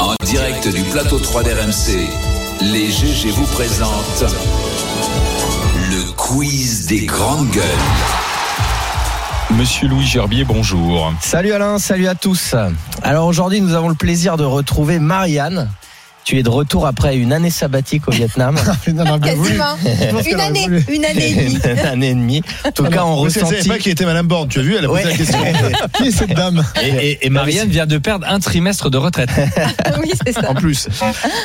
En direct du plateau 3 d'RMC, les GG vous présentent le quiz des grandes gueules. Monsieur Louis Gerbier, bonjour. Salut Alain, salut à tous. Alors aujourd'hui, nous avons le plaisir de retrouver Marianne. Tu es de retour après une année sabbatique au Vietnam. Ah, Quasiment. Une année, une année et demie. une année et demie. En tout cas, on Parce qu'elle savait ressentit. pas qui était Madame Borne, tu as vu, elle a posé Ouais. la question. qui est cette dame Et, et Marianne vient de perdre un trimestre de retraite. Oui, c'est ça. En plus,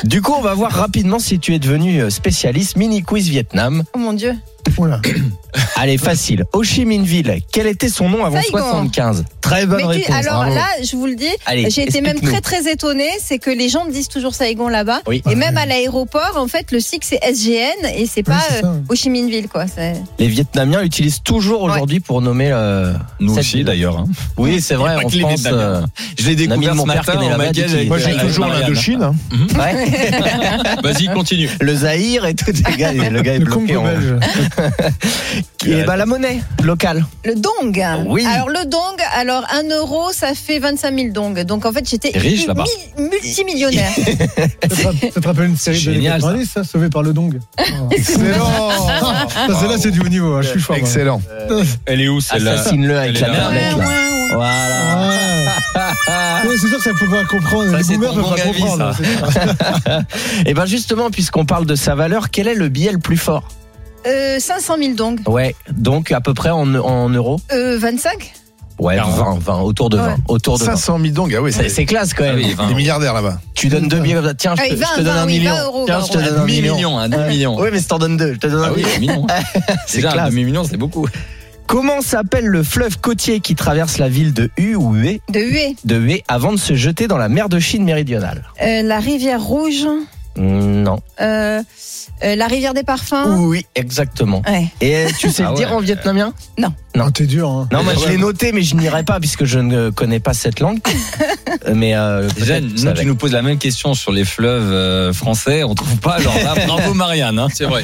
Du coup, on va voir rapidement si tu es devenu euh, spécialiste mini quiz Vietnam. Oh mon Dieu. voilà. Allez, facile. Ho Chi Minh Ville, quel était son nom avant Saigon. 75 Très bonne Mais tu- réponse. alors bravo. là, Ah, je vous le dis, Allez, j'ai été même explique-nous. très très étonnée, c'est que les gens me disent toujours Saigon là-bas. Oui. Et même à l'aéroport, en fait, le sigle c'est SGN et c'est pas c'est ça. euh, Ho Chi Minh Ville, quoi. C'est- Les Vietnamiens utilisent toujours aujourd'hui pour nommer. euh, Nous cette aussi ville. d'ailleurs. hein. Oui, c'est vrai, pas on que les pense. Vietnamiens. euh, Je l'ai L'ami découvert de ce mon père matin qui est né en là-bas dit baguette qu'il avec- Moi, j'ai avec toujours Marianne. l'Indochine. Hum, hein. ouais. Vas-y, continue. le Zahir et tout. Le gars, le gars est Le bloqué. Congo en- belge. Et bah, la monnaie locale. Le dong. Oui. Alors le dong, alors un euro, ça fait 25 000 dong. Donc en fait, j'étais T'es riche, mi- là-bas. multimillionnaire. Ça te- ça te rappelle une série Génial, de 90, ça, Sauvé par le dong. Ah, Excellent Ça, Celle-là, c'est du haut niveau, hein, je suis fort. moi. Excellent. Euh, Elle est où celle-là Assassine-le Ah, avec elle est la là. Ouais, merlette. là. ouais, ouais. Voilà. Ah. Ouais, c'est sûr que ça peut pas comprendre. Ça, Les c'est boomers ton peuvent pas bon avis, comprendre. ça. c'est sûr. Et ben justement, puisqu'on parle de sa valeur, quel est le billet le plus fort Euh, 500 000 dong. Ouais, donc à peu près en, en euros. Euh, 25 Ouais, 40. 20, 20, autour de 20. Ouais. Autour de 20. 500 000 dong, ah oui, C'est c'est c'est classe quand Ah même. oui, 20. des milliardaires là-bas. Tu donnes deux billets. Tiens, je Ah te, oui, je te 20, donne un oui, million. 20 euros, Tiens, je te 20 donne un million. millions, un demi-million. Oui, mais je t'en donne deux. Je te donne un Ah oui, un million. million. C'est Déjà, un classe. demi-million, c'est beaucoup. Comment s'appelle le fleuve côtier qui traverse la ville de Hue ou Hue, de huée. de Hue avant de se jeter dans la mer de Chine méridionale Euh, la rivière rouge. Mm, Non. Euh, euh, la rivière des parfums. Oui, exactement. Ouais. Et euh, tu sais Ah le dire ouais. en vietnamien Non. Non, t'es dur. Hein. Non, moi je l'ai noté, mais je n'irai pas puisque je ne connais pas cette langue. Euh, mais euh, Déjà, peut-être que vous nous, savez. tu nous poses la même question sur les fleuves euh, français. On trouve pas. Alors là, bravo Marianne. hein, c'est vrai.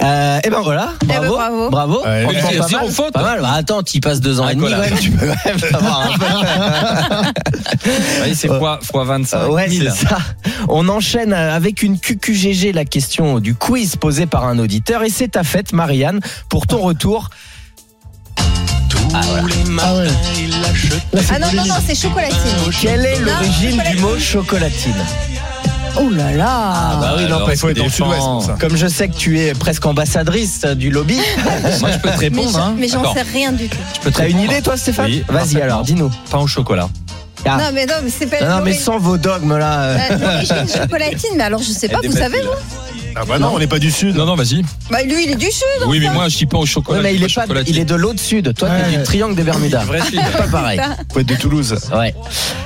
Euh, et ben voilà, ben, bravo, bravo. bravo. Ouais, Franchement, merci, pas zéro mal, faute. Pas mal. Bah, attends, tu passes deux ans Ah, et demi, voilà. ouais, tu peux même hein. avoir un peu. Oui, c'est Ouais. fois, fois 25 Euh, ouais, 000. c'est ça. On enchaîne avec une QQGG, la question du quiz posée par un auditeur. Et c'est ta fête, Marianne, pour ton retour. Ah ouais. Là, c'est Ah non, non, non, c'est chocolatine. Quelle est Non, l'origine du chocolatine. mot chocolatine Oh là là Ah bah oui, non, Alors, parce faut que être dans des le sud-ouest gens- pour ça. Comme je sais que tu es presque ambassadrice euh, du lobby, Moi, je peux te Mais j'en- répondre. hein. Mais j'en D'accord. sais rien du tout. Je peux te t'as une répondre. idée, toi, Stéphane Oui, Vas-y parfaitement. alors, dis-nous. Pain au chocolat. Ah. Non, mais non, mais c'est pas. Non, non, mais l'origine- sans vos dogmes là. euh, euh, L'origine chocolatine, mais alors je sais pas, vous savez, vous Ah bah non, on n'est pas du sud. Non, non, vas-y. Bah lui, il est du sud Oui, mais enfin. moi, je dis pain au Ouais, chocolat. mais je il dis est, pas, chocolatine. il est de l'autre sud. Toi, t'es Ouais. du triangle des Bermudas. Vrai sud. Pas pareil. Faut être de Toulouse. Ouais.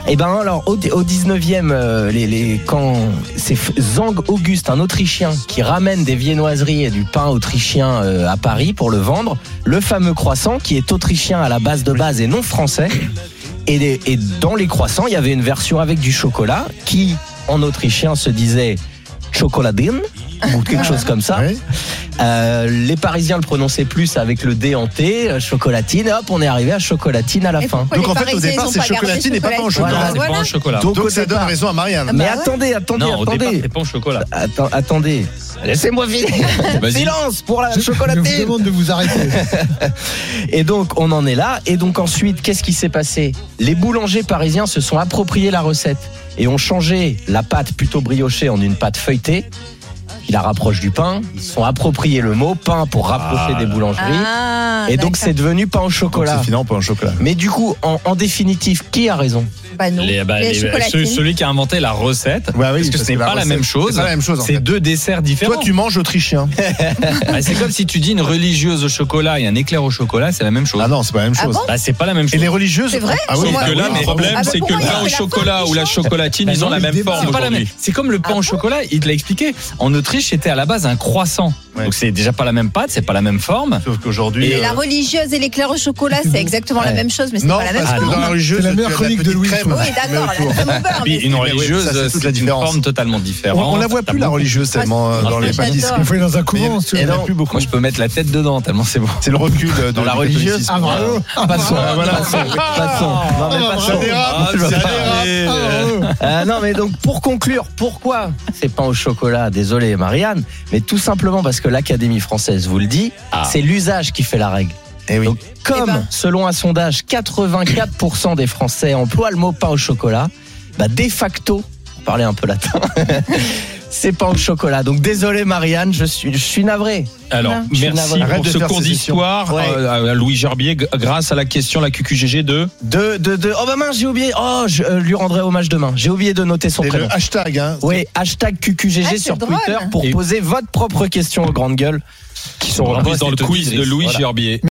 Et ben alors, au, au 19e, euh, les, les- quand c'est F- Zang Auguste, un Autrichien, qui ramène des viennoiseries et du pain autrichien euh, à Paris pour le vendre, le fameux croissant, qui est autrichien à la base de base et non français, et, les- et dans les croissants, il y avait une version avec du chocolat, qui en autrichien se disait chocoladine, ou quelque chose comme ça. Ouais. Euh, les Parisiens le prononçaient plus avec le D en T, euh, chocolatine, et hop, on est arrivé à chocolatine à la Et fin. pourquoi Donc, les en fait, au Parisiens, départ, ils ont c'est gardé chocolatine et pas pain au Non, chocolat. c'est Voilà. pain au chocolat. Donc, au Donc ça donne départ- raison à Marianne. bah Ah, Mais ouais. attendez, attendez, Non, au départ, attendez. c'est pain au chocolat. Atten- attendez. Laissez-moi finir. Vas-y. Silence pour la Ah, Je vous chocolatine. demande de vous arrêter. Et donc, on en est là. Et donc, ensuite, qu'est-ce qui s'est passé Les boulangers parisiens se sont appropriés la recette et ont changé la pâte plutôt briochée en une pâte feuilletée. la rapprochent du pain. Ils se sont appropriés le mot pain pour rapprocher Ah des là. boulangeries. Ah, et donc d'accord. c'est devenu pain au Donc chocolat. c'est finalement pas un chocolat. Mais du coup, en, en définitive, qui a raison Bah non. Les- bah, Les les- chocolatines. celui, celui qui a inventé la recette. Bah Ouais, oui, parce que parce ce n'est que la pas la recette, même chose. c'est pas la même chose, en C'est fait. deux desserts différents. Toi, tu manges autrichien. Bah, c'est comme si tu dis une religieuse au chocolat et un éclair au chocolat, c'est la même chose. Ah non, c'est pas la même Ah chose. bon Bah, c'est pas la même Et chose. les religieuses C'est vrai Ah oui, Sauf bah que là, oui, le ah problème, bon bah c'est que pourquoi le il y a pain que au la forme chocolat qui ou la change chocolatine, Bah ils non, ont la le même débat, forme c'est pas la même. aujourd'hui. C'est comme le pain Ah au bon chocolat. Il te l'a expliqué. En Autriche, c'était à la base un croissant. Ouais. Donc c'est déjà pas la même pâte, c'est pas la même forme. Sauf qu'aujourd'hui. Et euh, la religieuse et l'éclair au chocolat, c'est exactement la Ouais. même chose, mais c'est Non, pas la même parce que chose. dans la religieuse, C'est la meilleure tu as chronique de petite Louis, je crème, trouve. Oui, tu mets d'accord, au la four. crème au Ah beurre, Puis mais- une oui, religieuse, ça, c'est toute c'est la une différence. forme totalement On, différente. on la voit T'as plus, la beaucoup- religieuse, tellement euh, Ah, dans les j'adore. pâtisseries. Il faut aller dans un Mais- couvent. tu mais vois. non, Moi, je peux mettre la tête dedans tellement c'est bon. C'est le recul euh, de Dans la du religieuse. catholicisme. Ah, bravo Pas de son, pas de son, pas de son. Non, mais pas de son. dérape, tu vas ça pas- dérape. Ah, non, mais donc pour conclure, pourquoi c'est pain au chocolat Désolé Marianne, mais tout simplement parce que l'Académie française vous le dit, c'est l'usage qui fait la règle. Eh oui. Donc, comme, Eh ben. selon un sondage, 84% des Français emploient le mot pain au chocolat, bah, de facto, pour parler un peu latin, c'est pain au chocolat. Donc désolé Marianne, je suis, je suis navré. Alors, Je suis merci navré. ah, Arrête pour de ce faire cours ces sessions. d'histoire Ouais. euh, à Louis Gerbier g- grâce à la question, la QQGG de. De, de, de, oh bah mince, j'ai oublié, oh, je euh, lui rendrai hommage demain. J'ai oublié de noter son Et prénom. le hashtag, hein. Oui, hashtag QQGG Ah, c'est sur drôle. Twitter pour Et- poser votre propre question aux grandes gueules bah, qui sont En plus, reprises dans le quiz de Louis Gerbier.